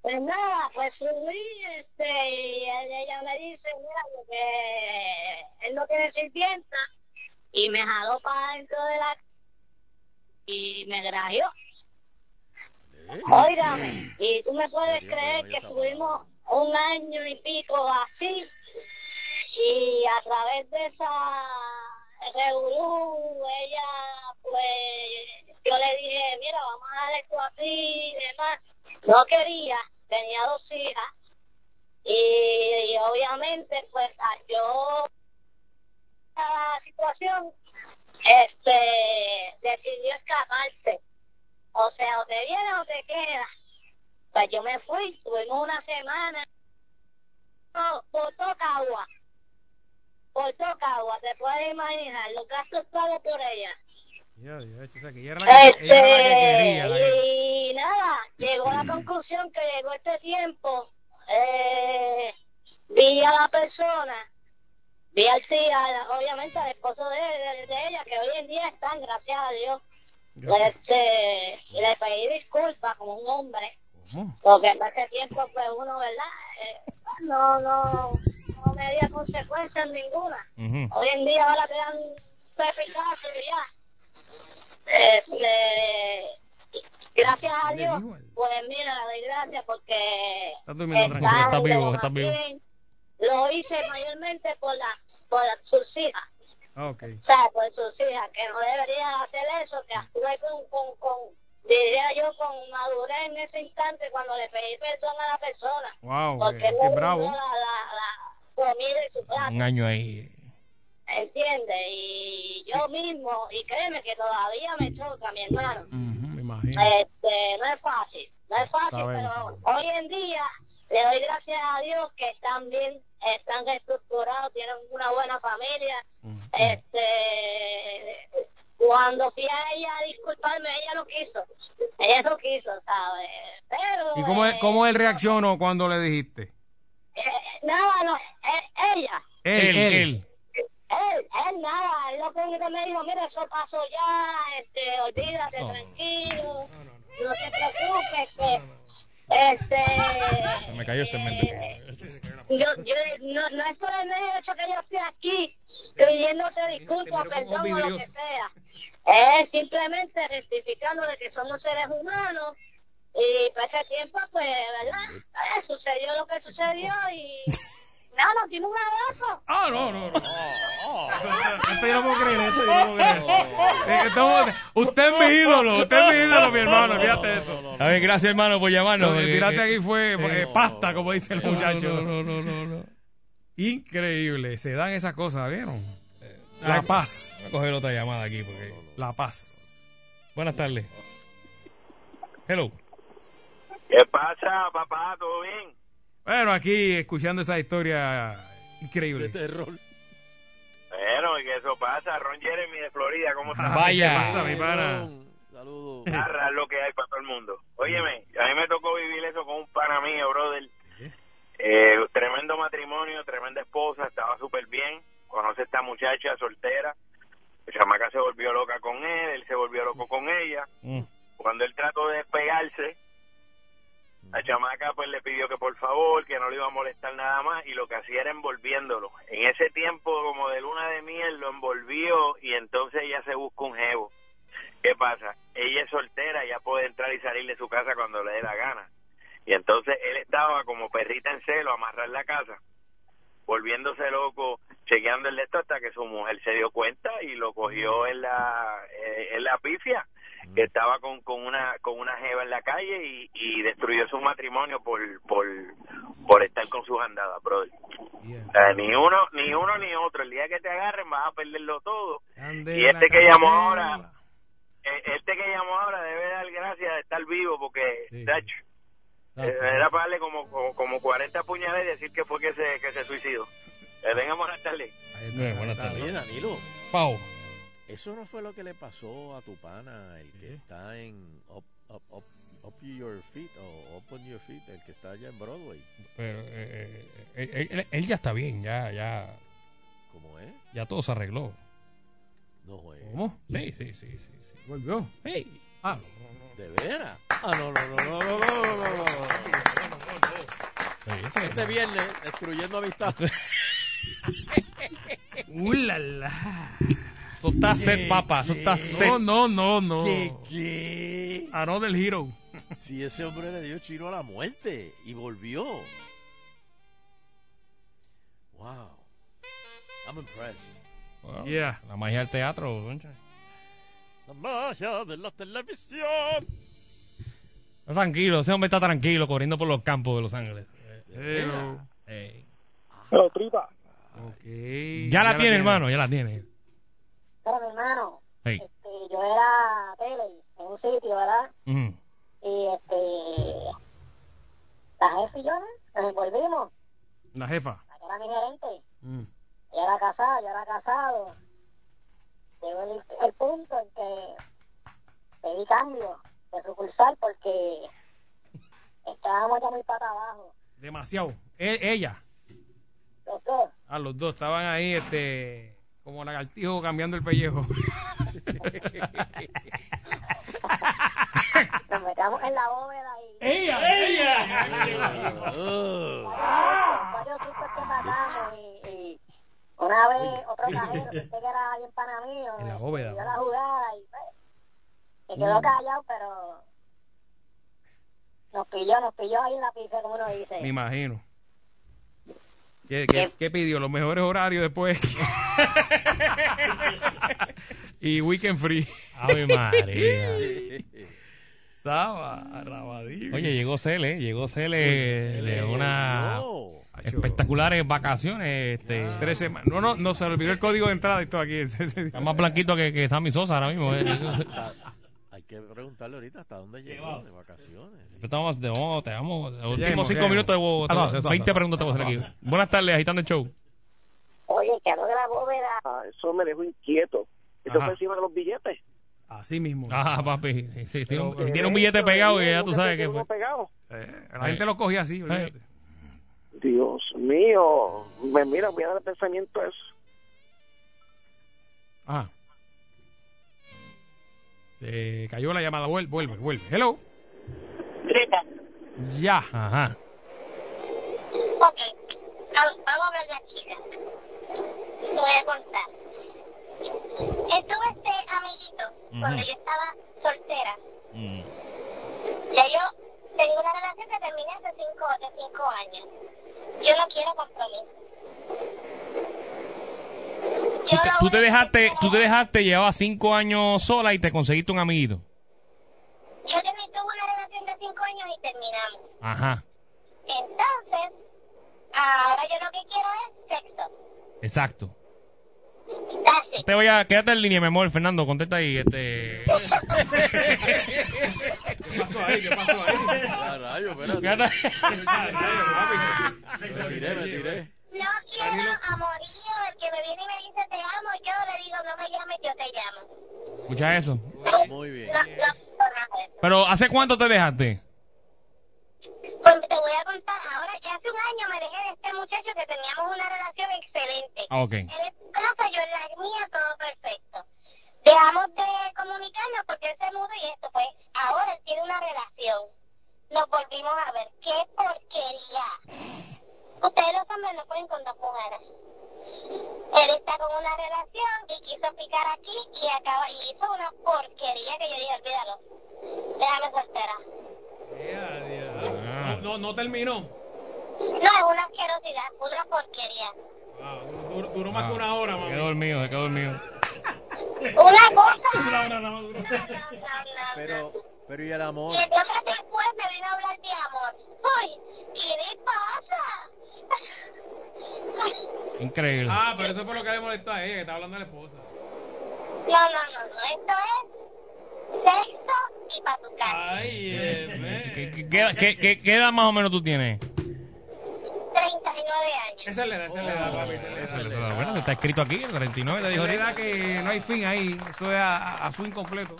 Pues nada, pues subí, este, y él- ella me dice, mira, que él no tiene sirvienta, y me jaló para dentro de la y me grajeó. Óigame, y tú me puedes creer que estuvimos un año y pico así, y a través de esa revolú, ella, pues, yo le dije, mira, vamos a dar esto así y demás. No quería, tenía dos hijas, y, y obviamente, pues, a- yo, la situación, este, decidió escaparse. O sea, o te vienes o te quedas. Pues yo me fui, tuvimos una semana No, botó agua. Botó agua, te puedes imaginar, los gastos pagos por ella.
Ya, ya, o sea, que ella era la que,
Este,
ella era la que quería. la que-
y nada, llegó a la conclusión que llegó este tiempo. Eh, vi a la persona, vi al sí, al- obviamente al esposo de, de- de ella, que hoy en día están, gracias a Dios.
Gracias.
Este, y le pedí disculpas como un hombre,
¿Cómo?
porque en ese tiempo, pues uno, ¿verdad? Eh, no, no, no me dio consecuencias ninguna. Hoy en día ahora te dan pepicazo y ya. Este, gracias a Dios, pues mira, le doy gracias porque
Estás durmiendo tranquilo, estás vivo, estás vivo.
bien. lo hice mayormente por, la, por la- sus hijas,
Ah, ok.
o sea, por sus hijas, que no debería hacer eso, que actúe con, con, con, diría yo, con madurez en ese instante cuando le pedí perdón a la persona.
Wow,
eh,
porque
qué-
no
qué
brindó
bravo.
La, la, la comida y su plato.
Un año ahí.
¿Entiendes? Y yo mismo, y créeme que todavía me choca, mi hermano.
Me imagino.
Este, no es fácil, no es fácil,
Sabemos,
pero hoy en día le doy gracias a Dios que están bien, están estructurados, tienen una buena familia. Este, cuando fui a ella a disculparme, ella no quiso, ella no quiso, ¿sabes? Pero
¿Y cómo, él- cómo él reaccionó cuando le dijiste?
eh, nada, no, eh, ella.
Él, él.
Él, él nada, él lo que me dijo, mira, eso pasó ya, este, olvídate, tranquilo, no te preocupes, que, este, eh,
Se me cayó el cemento.
yo, yo, no, no es por el mero hecho que yo esté aquí pidiéndote disculpas, perdón o lo que
vidrioso.
sea, es simplemente rectificando de que somos seres humanos y para ese tiempo, pues, ¿verdad? Eh, sucedió lo que sucedió y nada, tiene un abrazo.
Ah, no, no, no. Esto yo no puedo creer, esto yo no puedo creer. Esto- usted es mi ídolo, usted es mi ídolo, mi hermano, olvídate de eso.
A ver, gracias hermano por llamarnos.
Lo que
porque-
tiraste aquí fue eh, pasta, como dice el
No,
muchacho.
no, no, no, no.
Increíble, se dan esas cosas, ¿vieron? La paz.
Voy a coger otra llamada aquí porque...
La paz.
Buenas tardes. Hello.
¿Qué pasa, papá? ¿Todo bien?
Bueno, aquí escuchando esa historia increíble. terror.
Bueno, que eso pasa. Ron Jeremy de Florida, ¿cómo estás?
Vaya. ¿Qué pasa, mi pana?
Ah,
Narra lo que hay para todo el mundo. Óyeme, a mí me tocó vivir eso con un pana mío, brother. Eh, tremendo matrimonio, tremenda esposa, estaba súper bien. Conoce a esta muchacha soltera. La chamaca se volvió loca con él, él se volvió loco con ella.
Mm.
Cuando él trató de despegarse, la chamaca pues le pidió que por favor, que no le iba a molestar nada más y lo que hacía era envolviéndolo. En ese tiempo como de luna de miel lo envolvió y entonces ella se busca un jevo. ¿Qué pasa? Ella es soltera, ya puede entrar y salir de su casa cuando le dé la gana. Y entonces él estaba como perrita en celo, a amarrar la casa, volviéndose loco, chequeando el de esto hasta que su mujer se dio cuenta y lo cogió en la, eh, en la pifia, que estaba con, con una con una jeva en la calle y, y destruyó su matrimonio por, por, por estar con sus andadas, brother. O sea, ni uno, ni uno ni otro. El día que te agarren vas a perderlo todo.
Eh,
Y este que llamó ahora, eh, este que llamó ahora debe dar gracias de estar vivo porque tacho, eh, era para darle como, como, como 40 puñales y decir que fue que se, que se suicidó. Eh, venga, buenas tardes.
Bueno, buenas tardes.
Oye, Danilo.
Pau.
Eso no fue lo que le pasó a tu pana, el que está en Up, Up- Up- Up Your Feet o Open Your Feet, el que está allá en Broadway.
Pero eh, eh, él, él- él ya está bien, ya, ya,
¿Cómo es?
ya todo se arregló.
No eh, juegues.
¿Cómo?
Sí, sí, sí, sí. sí.
Volvió.
Hey.
Ah,
¿De veras? Ah, no, no, no, no, no, no, no, no,
Sí,
no.
eso es-
Este viernes, destruyendo amistades.
¡Uh, la, la!
Eso está set, papá. Eso está set.
No, no, no,
Oh.
no.
¿Qué, qué?
Another hero.
Si ese hombre le dio chino a la muerte y volvió. Wow. I'm impressed.
Bueno,
Yeah.
La magia del teatro, concha.
La magia de la televisión.
Está tranquilo, ese hombre está tranquilo corriendo por los campos de Los Ángeles.
Eh,
Hey.
Pero tripa.
Ya, la tiene, hermano, ya la tiene.
Pero mi hermano,
Hey.
este, yo era tele en un sitio, ¿verdad?
Mm.
Y este, la jefe y yo ¿no? nos envolvimos.
La jefa.
la que era mi gerente. Yo era casado, yo era casado. Llegó el, el punto en que pedí cambio de sucursal porque estábamos ya muy para abajo,
Demasiado. E- ella.
los dos.
Ah, los dos estaban ahí, este. Como lagartijo cambiando el pellejo.
Nos metamos en la bóveda y
¡Ella!
varios tipos que matamos y, y eh, una vez otro cajero que pensé que era bien pana mío
En la bóveda.
me dio la jugada y pues, se quedó
Mm.
callado pero nos pilló, nos pilló ahí en la pizza como uno dice
Me imagino. ¿Qué, qué, qué pidió? Los mejores horarios después. y weekend free.
Ave María.
Saba, rabadillo.
Oye, llegó Cele, llegó Cele de una espectaculares vacaciones. Este,
Tres semanas. No, no, no, se le olvidó el código de entrada y todo aquí.
Está más blanquito que, que Sammy Sosa ahora mismo. eh.
Hay que preguntarle ahorita hasta dónde llegó de vacaciones.
Estamos, te vamos, te vamos. Los últimos
Lleguemos,
cinco
lleguemos.
minutos de Bogotá.
Ah, no, eso,
20
eso,
preguntas te voy a hacer
Ah,
aquí. Buenas tardes, agitando el show.
Oye, quedó de la bóveda.
Ah, eso me dejó inquieto. Esto
Ajá.
fue encima de los billetes.
Así mismo.
Ajá, papi. Sí, sí, tiene, un,
Ah, Pero-
tiene un billete pegado y ya tú sabes que
Uno
fue.
pegado.
Eh, La gente lo cogía así, olvídate.
Dios mío. Me mira, voy a dar pensamiento a eso.
Ajá. Se cayó la llamada. Vuelve, vuelve, vuelve. Hello. Ya.
Ajá.
Ok, vamos vamos a hablar de aquí. Te voy a contar. Estuvo este amiguito cuando
Ujú.
yo estaba soltera.
Mm.
Ya yo tengo una relación que terminé hace cinco, hace cinco años. Yo no quiero compromiso.
Tú te, tú te dejaste, tú te dejaste, llevabas cinco años sola y te conseguiste un amiguito.
Yo también tuve una relación de cinco años y terminamos.
Ajá,
Entonces, ahora yo lo que quiero es sexo.
exacto.
That's it.
Te voy a, quédate en línea, mi amor, Fernando, contesta ahí, este.
¿Qué pasó ahí? ¿Qué pasó ahí?
Quédate-
Me tiré, me tiré.
No quiero amorío, el que me viene y me dice te amo, yo le digo no me llames, yo te llamo.
Escucha eso.
Muy bien.
No, no, no, nada.
Pero, ¿hace cuánto te dejaste?
Pues te voy a contar, ahora ya hace un año me dejé de este muchacho que teníamos una relación excelente.
Ah, ok.
Él en su casa, yo en la mía, todo perfecto. Dejamos de comunicarnos porque él se mudó y esto, pues ahora él tiene una relación. Nos volvimos a ver. ¡Qué porquería! Ustedes los hombres no pueden con dos mujeres. Él está con una relación y quiso picar aquí y acaba y hizo una porquería que yo dije, olvídalo. Déjame soltera.
Ah, No, no terminó.
No, es una asquerosidad, una porquería.
Duró, Ah, duró más que una hora,
Ah, Se
mami.
quedó dormido, se quedó dormido.
Una cosa.
No, no, no, duró.
Pero, pero y el amor.
Y entonces después me vino a hablar de amor. Uy, ¿qué le pasa?
Increíble.
Ah, pero eso fue lo que le molestó a ella, que estaba hablando a la esposa.
No, no, no, no, esto es sexo y pa' tu
Ah.
casa.
eh,
¿Qué, qué- qué- qué- qué- qué edad más o menos tú tienes?
39 años.
Esa es la edad, esa es la edad, papi. Esa es la edad.
Bueno, está escrito aquí, el 39, te
Esa
dijo
es la
ahorita.
edad Oh. que no hay fin ahí. Eso es a, a- a su incompleto.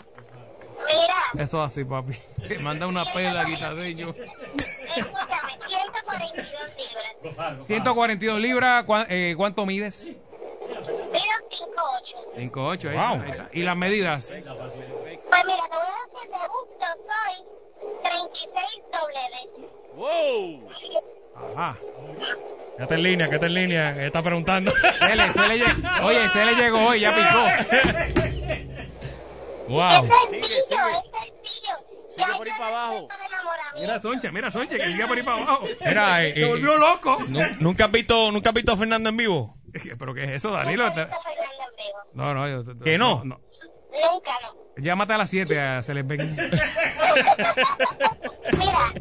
Mira,
Eso así, papi. Te manda una pela, guitadeño.
escúchame, 142 libras,
142 libras, ¿cuá- eh, ¿cuánto mides?
mira 5'8".
5'8, ahí, está, ahí está. ¿Y las medidas?
Pues mira, te voy a decir de gusto, soy 36 doble
¡Wow!
Ajá.
Quédate en línea, quédate en línea, que está preguntando.
Cele, Cele lleg- Oye, Cele llegó hoy, ya picó.
Wow.
Es
Sigue,
sencillo,
sigue.
es sencillo.
Sigue por ahí para abajo.
Mira, Sonche, mira, Sonche, que sigue por ahí para abajo.
Mira, eh,
Se
eh,
volvió loco.
Nu- ¿Nunca has visto, nunca has visto a Fernando en vivo?
¿Pero qué es eso, Danilo?
Fernando en vivo.
No, no, yo...
¿Que no?
no.
Nunca no.
Llámate a las 7, a Cele ven.
Mira, y simple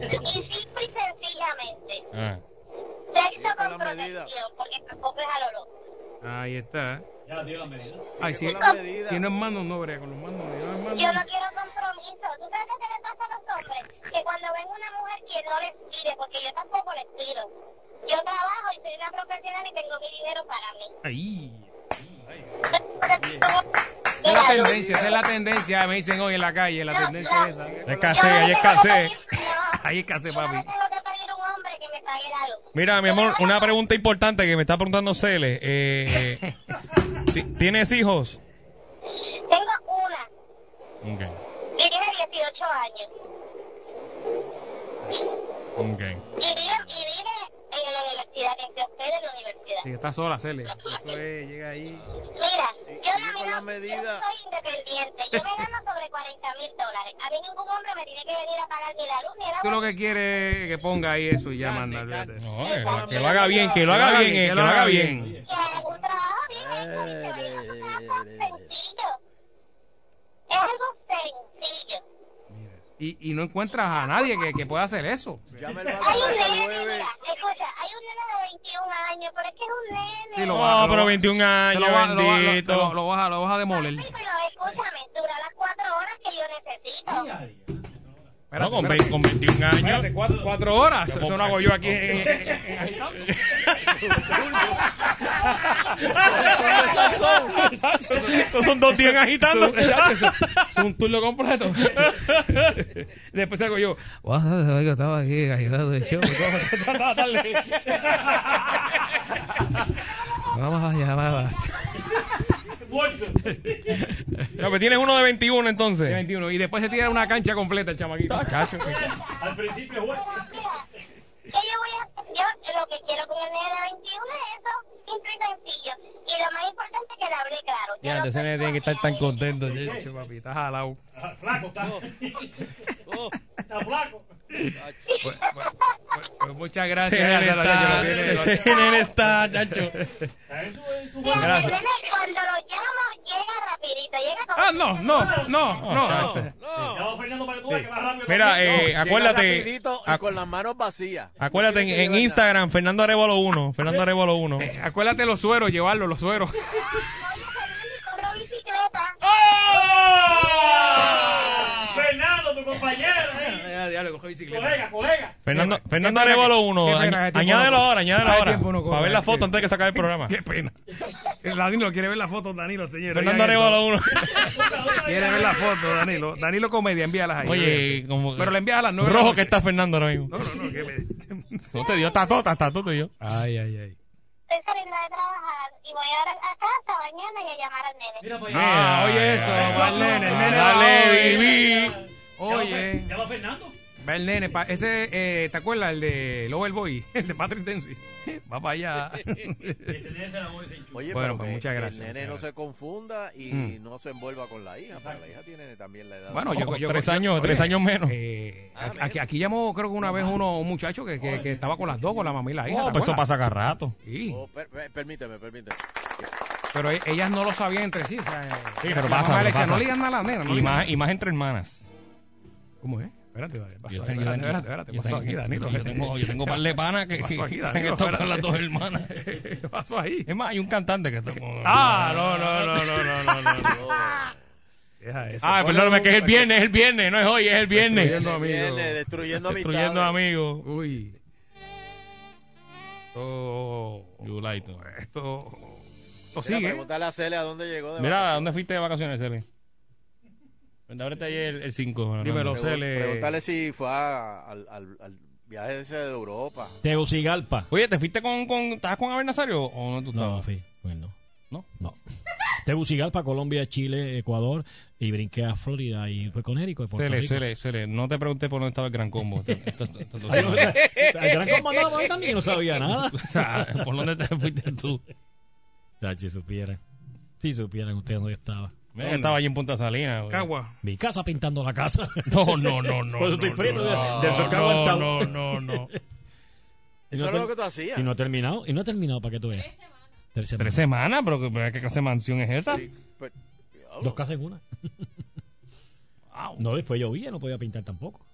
y sencillamente,
Ah,
sexo con protección, porque tampoco es a lo loco.
Ahí está.
Ya dio la medida.
Ay, si,
con las
si no es mando, no brega con los mandos. si no es mando-
Yo no quiero compromiso. ¿Tú sabes qué se le pasa a los hombres? Que cuando ven una mujer que no les pide, porque yo tampoco les pido, Yo trabajo y soy una profesional y tengo mi dinero para mí.
Ahí. Esa es la tendencia, esa es la tendencia. Me dicen hoy en la calle, la tendencia es esa.
Es casé, ahí es casé.
Ahí es casé, papi.
Mira, mi amor, una pregunta importante que me está preguntando Cele. Eh, eh, ¿ti- ¿Tienes hijos?
Tengo una
Ok,
y tiene 18 años.
ok.
Y vive, y vive en la universidad, en que usted en la universidad.
Sí, está sola, Cele. Eso es, llega ahí.
Mira, yo, no,
con la medida.
soy independiente. Yo me gano sobre 40 mil dólares. A mí ningún hombre me tiene que venir a pagar ni la luz ni el
Tú
agua.
lo que quieres es que ponga ahí eso y ya manda. olvídate.
que- que lo haga bien, que lo haga bien, eh, que lo haga bien.
sencillo. Es algo sencillo.
Y, y no encuentras a nadie que, que pueda hacer eso.
Hay un nene, mira, escucha, hay un nene de 21 años, pero es que es un nene.
Sí,
No,
va-
pero
va-
21
te
años,
va- va- lo-
bendito.
te Lo, lo vas a, lo vas a demoler.
Pero escúchame, dura las 4 horas que yo necesito.
No, con, ve- con 21 años.
cuatro, horas. Eso no hago yo aquí.
Estos son dos días agitando.
Es un turno completo. Después hago yo. "Guau, oiga, estaba aquí agitando el show. Vamos a llamadas.
No, pero tienes uno de 21 entonces.
De 21. Y después se tira una cancha completa el chamaquito.
Chacho.
Al principio,
Que yo voy a, yo lo que quiero con el nene de 21 es eso, simple y sencillo. Y lo más importante es que le hable claro.
Ya, entonces no tiene que estar tan contento. Chacho,
papi, estás jalado.
Flaco, está. Está flaco.
Pues muchas
Ese
gracias.
nene
Gracias,
está-
lo tiene, lo tiene.
ese nene está, chacho.
Y el
Gracias.
nene, cuando lo llamo, llega rapidito, llega como...
Ah, no, no, no,
No,
no.
chacho.
Llamo Fernando para que tú veas que va rápido.
Mira, eh,
Llega
acuérdate.
rapidito y
ac-
con las manos vacías.
Acuérdate en, en Instagram, Fernando Arevalo 1. Fernando Arevalo 1.
Eh, Acuérdate los sueros, llevarlo, los sueros.
Corro bicicleta.
Ah.
Fernando, tu compañero. ahí.
Eh,
Colega, colega.
Fernando, Fernando
qué pena
Arevalo
que-
1.
qué pena que
Añ-
tiempo
Añádelo
no-
ahora, añádelo
Ah,
ahora.
tiempo no corre,
Para ver la
eh,
foto
sí.
antes de que se acabe el programa.
Qué pena. El Eh, Danilo quiere ver la foto, Danilo, señor.
Fernando Arevalo 1.
Quiere ver la foto, Danilo. Danilo Comedia, envíalas ahí.
Oye, como.
Pero le envías a las nueve.
Rojo que
de la
está Fernando ahora mismo.
noche. No, no, no, que me-
No te dio tatota, tatota dio.
Ay, ay, ay.
Estoy saliendo de trabajar y voy ahora a casa mañana y a llamar al nene.
Ah,
Mira,
oye eso,
ay,
va el nene, el nene va
Dale,
hoy.
viví.
Oye,
¿Ya va Fernando?
va el nene. pa- ese, eh, ¿te acuerdas? El de Lover Boy, el de Patrick Dempsey. Va para allá.
Ah,
Ese nene se la voy a decir.
Oye,
Bueno,
pero
pues,
que
muchas gracias,
El nene
muchas
no se confunda y
Mm.
no se envuelva con la hija, porque la hija tiene también la edad.
Bueno,
Ojo,
yo, yo-
tres
yo-
años,
oye,
tres años menos.
eh,
Ah,
aquí- aquí, aquí llamó, creo que una vez uno, un muchacho que, que, que estaba con las dos, con la mamá y la hija.
Oh,
¿te
pues eso
acuerdas?
pasa cada rato.
Sí,
Oh, per- per- permíteme, permíteme.
pero e- ellas no lo sabían entre sí. O sea,
pero pasa,
la mamá
pero
le decía,
pasa.
no le digan nada a la nena. No le
Y
digan
más, y más entre hermanas.
nada". ¿Cómo es? Espérate, dale, pasó
Yo
ahí,
tengo-
espérate, espérate, espérate,
yo
pasó
tengo-
aquí, Danilo.
yo tengo- yo tengo par de panas que-
Pasó aquí,
que
Danilo,
han estado
espérate.
con las dos hermanas.
¿Qué pasó ahí?
Es más, hay un cantante que está con-
Ah, no, no, no, no, no, no, no. Deja eso.
Ah, perdóname, que es el viernes, es el viernes, no es hoy, es el viernes.
Destruyendo amigos.
Viene destruyendo
Destruyendo
amistades.
amigos.
Uy. Esto.
You like to.
Esto.
Mira,
Esto sigue.
Preguntarle a Cele a dónde llegó de
¿eh? Mira, ¿a
vacaciones.
dónde fuiste de vacaciones, Cele? ¿Dónde abriste ayer el 5?
Dímelo.
Pregu-
Cele-
Preguntarle si fue a- al, al- al viaje ese de Europa.
Tegucigalpa.
Oye, ¿te fuiste con, con, estabas con Abel Nazario o no tú
No,
estabas?
no fui. Bueno,
¿No?
no. Tegucigalpa, Colombia, Chile, eh, Ecuador y brinqué a Florida y fue con Érico de Puerto
Cele,
Rico.
Cele, Cele, no te pregunté por dónde estaba el Gran Combo. Esto- esto- esto- esto-
Ay, no, ay, gran combo, no, ahorita ni no sabía nada.
O sea, ¿Por dónde te fuiste tú?
Ya, si supieran. Si supieran ustedes dónde estaba.
Mira, que estaba allí en Punta Salinas. güey.
Cagua.
Mi casa pintando la casa.
No, no, no, no.
Por eso
no,
estoy
no,
preto de-
no,
del sol que ha aguantado.
No, no, no.
Este Y
Eso
no
es lo
ter-
que tú hacías.
y no ha terminado. Y no ha terminado para que tú veas. Tres
¿Tres
semanas.
semanas? ¿Pero qué, pero qué clase de mansión es esa?
Sí, pues, pero-
Dos casas en una. No, después llovía, no podía pintar tampoco.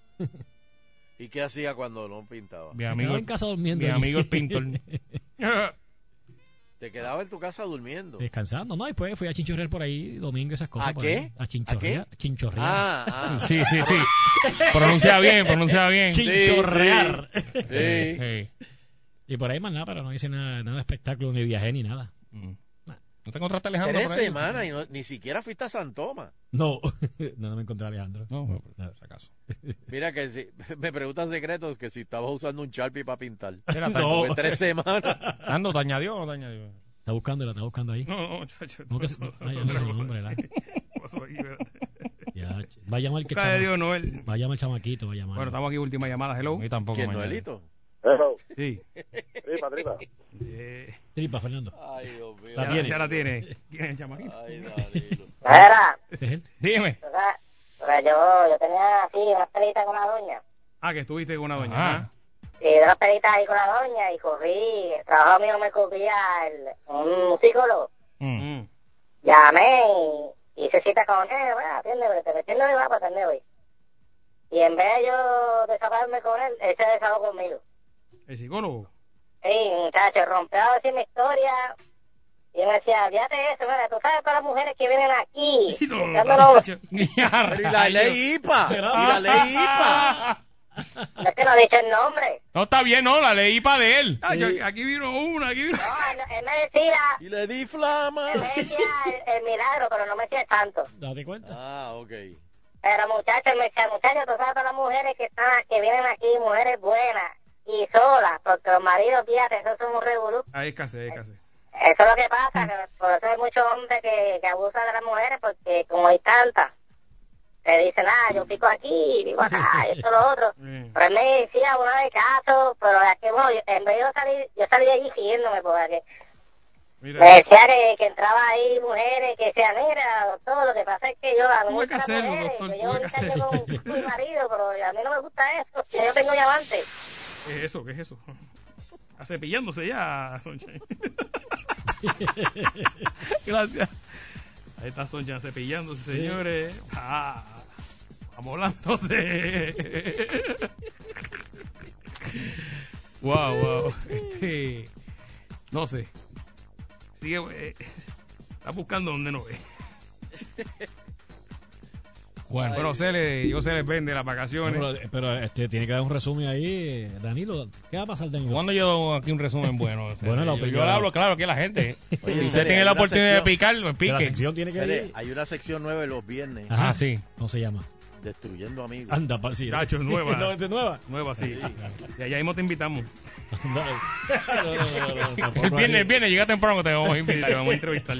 ¿Y qué hacía cuando no pintaba?
Mi amigo,
Estaba en casa durmiendo.
mi
allí.
amigo el pintor.
Te quedaba en tu casa durmiendo.
Descansando, no, después fui a chinchorrear por ahí, domingo, esas cosas.
¿A
por
qué?
ahí. A chinchorrear.
¿A qué?
Chinchorrear.
Ah, ah.
Sí, sí, sí. Pronuncia bien, pronuncia bien. Eh,
Chinchorrear.
Sí.
Sí.
Y por ahí más nada, pero no hice nada, nada de espectáculo, ni viajé, ni nada.
¿No te encontraste a Alejandro
Tres
por ahí?
semanas y no- ni siquiera fuiste a San Tomás.
No, no, no me encontré a Alejandro.
No, no,
por si acaso.
Mira que si, me preguntan secretos que si estabas usando un Sharpie para pintar.
Era tan-
Porque tres semanas.
Ando, ¿te añadió o no te añadió?
Está buscándola, está buscando ahí.
No, no, chacho.
No, que se-
no, no,
ay,
no,
anda
no,
su
no,
nombre, la-
Pasó aquí, espérate.
Ya, ch- va a llamar el que
Busca de
chama-
Dios, Noel.
Va a llamar el chamaquito, va a llamar.
Bueno, estamos aquí, última llamada. Hello. Y tampoco.
¿Quién,
mañana.
Noelito?
Sí.
Tripa, tripa.
Tripa, Fernando.
Ay, Dios mío.
La
Ya-
tiene.
ya la
tiene. ¿Quién es el chamaquito?
Ay, Danilo.
Era,
Ese es él.
Dime.
o sea, o sea, yo, yo tenía así unas pelitas con la doña.
Ah, que estuviste con una doña.
Ah.
Sí, de unas pelitas ahí con la doña y corrí. El trabajo mío me cubría el, un psicólogo.
Mm.
Llamé y hice cita con él. Bueno, atiéndeme, te metiendo hoy, va para atender hoy. Y en vez de yo desahogarme con él, él se desahogó conmigo.
El psicólogo.
Sí, muchacho, rompió a decir mi historia. Y yo me decía, fíjate eso, mira, tú sabes todas las mujeres que vienen aquí. buscándonos-
Pero y la ley IPA. Y la ley IPA.
no es que no ha dicho el nombre.
No, está bien, no, la leí para de él.
Ah, yo- aquí vino una, aquí vino.
No, él, él me decía,
Y le di flama.
él me decía el, el milagro, pero no me decía el santo.
Date cuenta.
Ah, ok.
Pero muchacho, él me decía, muchacho, tú sabes todas las mujeres que están, que vienen aquí, mujeres buenas y solas, porque los maridos, fíjate, eso es un revolú.
Ahí escasez, escasez.
Eso es lo que pasa, que por eso hay muchos hombres que, que abusan de las mujeres, porque como hay tantas, te dicen, ah, yo pico aquí, pico acá, esto, lo otro.
Mm.
Pero él me decía, bueno, de caso, pero es que, bueno, yo- en vez de yo salir, yo salí de allí siguiéndome, porque
Mira.
me decía que, que entraba ahí mujeres que decían, mira, doctor, lo que pasa es que yo a mí me
Tuve que
gustan las
hacerlo,
mujeres,
doctor,
que
tuve que
yo
hacerlo.
me con mi marido, pero a mí no me gusta eso, que yo tengo diamante.
¿Qué es eso? ¿Qué es eso? Acepillándose ya, Sunshine. Gracias. Ahí está Sunshine acepillándose, señores. Ah, amolándose. wow, wow. Este, no sé. Sigue. eh, está buscando donde no ve.
Bueno,
Pero se le, yo se les vende las vacaciones.
Pero, pero, este, tiene que dar un resumen ahí, Danilo. ¿Qué va a pasar, Danilo?
¿Cuándo yo doy aquí un resumen bueno? O sea,
Bueno, la
yo, yo
opinión-
le hablo, claro, que la gente.
Oye,
si usted
Cele,
tiene
hay
la
una
oportunidad
sección-
de picar, pues
De la
pique.
sección tiene que
Cele,
ir.
hay una sección 9 los viernes.
Ah, sí.
No se llama.
Destruyendo amigos.
Anda, pa- sí.
Tacho, es nueva.
No, es de nueva.
Nueva, sí. Y allá mismo te invitamos.
Anda. No, no, no, no, tampoco
El viernes,
así.
el viernes, llega temprano que te vamos a
Sí, te
invitar.
vamos a entrevistar.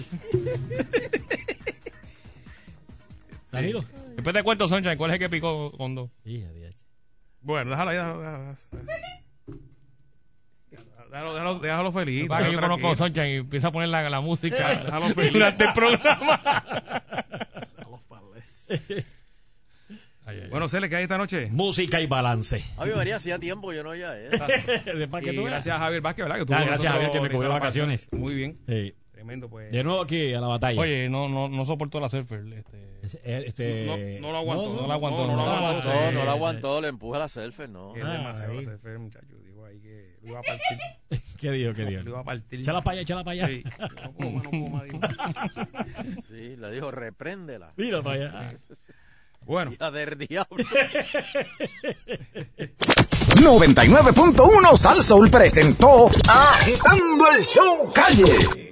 Danilo.
Después te cuento, Sunshine, cuál es el que picó con dos.
Hija de H.
Bueno, déjalo ahí, déjalo, déjalo, déjalo. Déjalo, déjalo, déjalo feliz.
Para que yo
déjalo
conozco a
tranquilo.
Sunshine y empieza a poner la, la música
Déjalo feliz.
durante el programa.
Bueno, Cele, ¿qué hay esta noche?
Música y balance.
Ay, María, hacía tiempo, yo no ya. eh.
De pa' que
Y
tú veas.
gracias a Javier Vázquez, ¿verdad? Que estuvo
Ah,
con
gracias, Javier,
nosotros
que me
organizando
cubrió
las
vacaciones.
Muy bien.
Sí.
Tremendo, pues.
De nuevo aquí a la batalla.
Oye, no, no, no soportó la surfer. Este,
Eh, este-
No, no lo aguantó,
no lo aguantó,
No,
no
No
lo
no lo
la
aguantó.
aguantó,
sí.
no la aguantó, le empuja la selfie, no.
Que
Ah,
demasiado
ahí.
se fue, muchacho. Digo ahí que lo iba a partir.
¿Qué digo, qué
Lo iba
digo?
a partir.
Échala para allá, échala para allá.
Sí. No puedo más, no puedo más, digo.
Sí, le dijo, repréndela.
Mira para allá.
Bueno.
Hija del diablo.
99.1 Sal Soul presentó Agitando el Show Calle.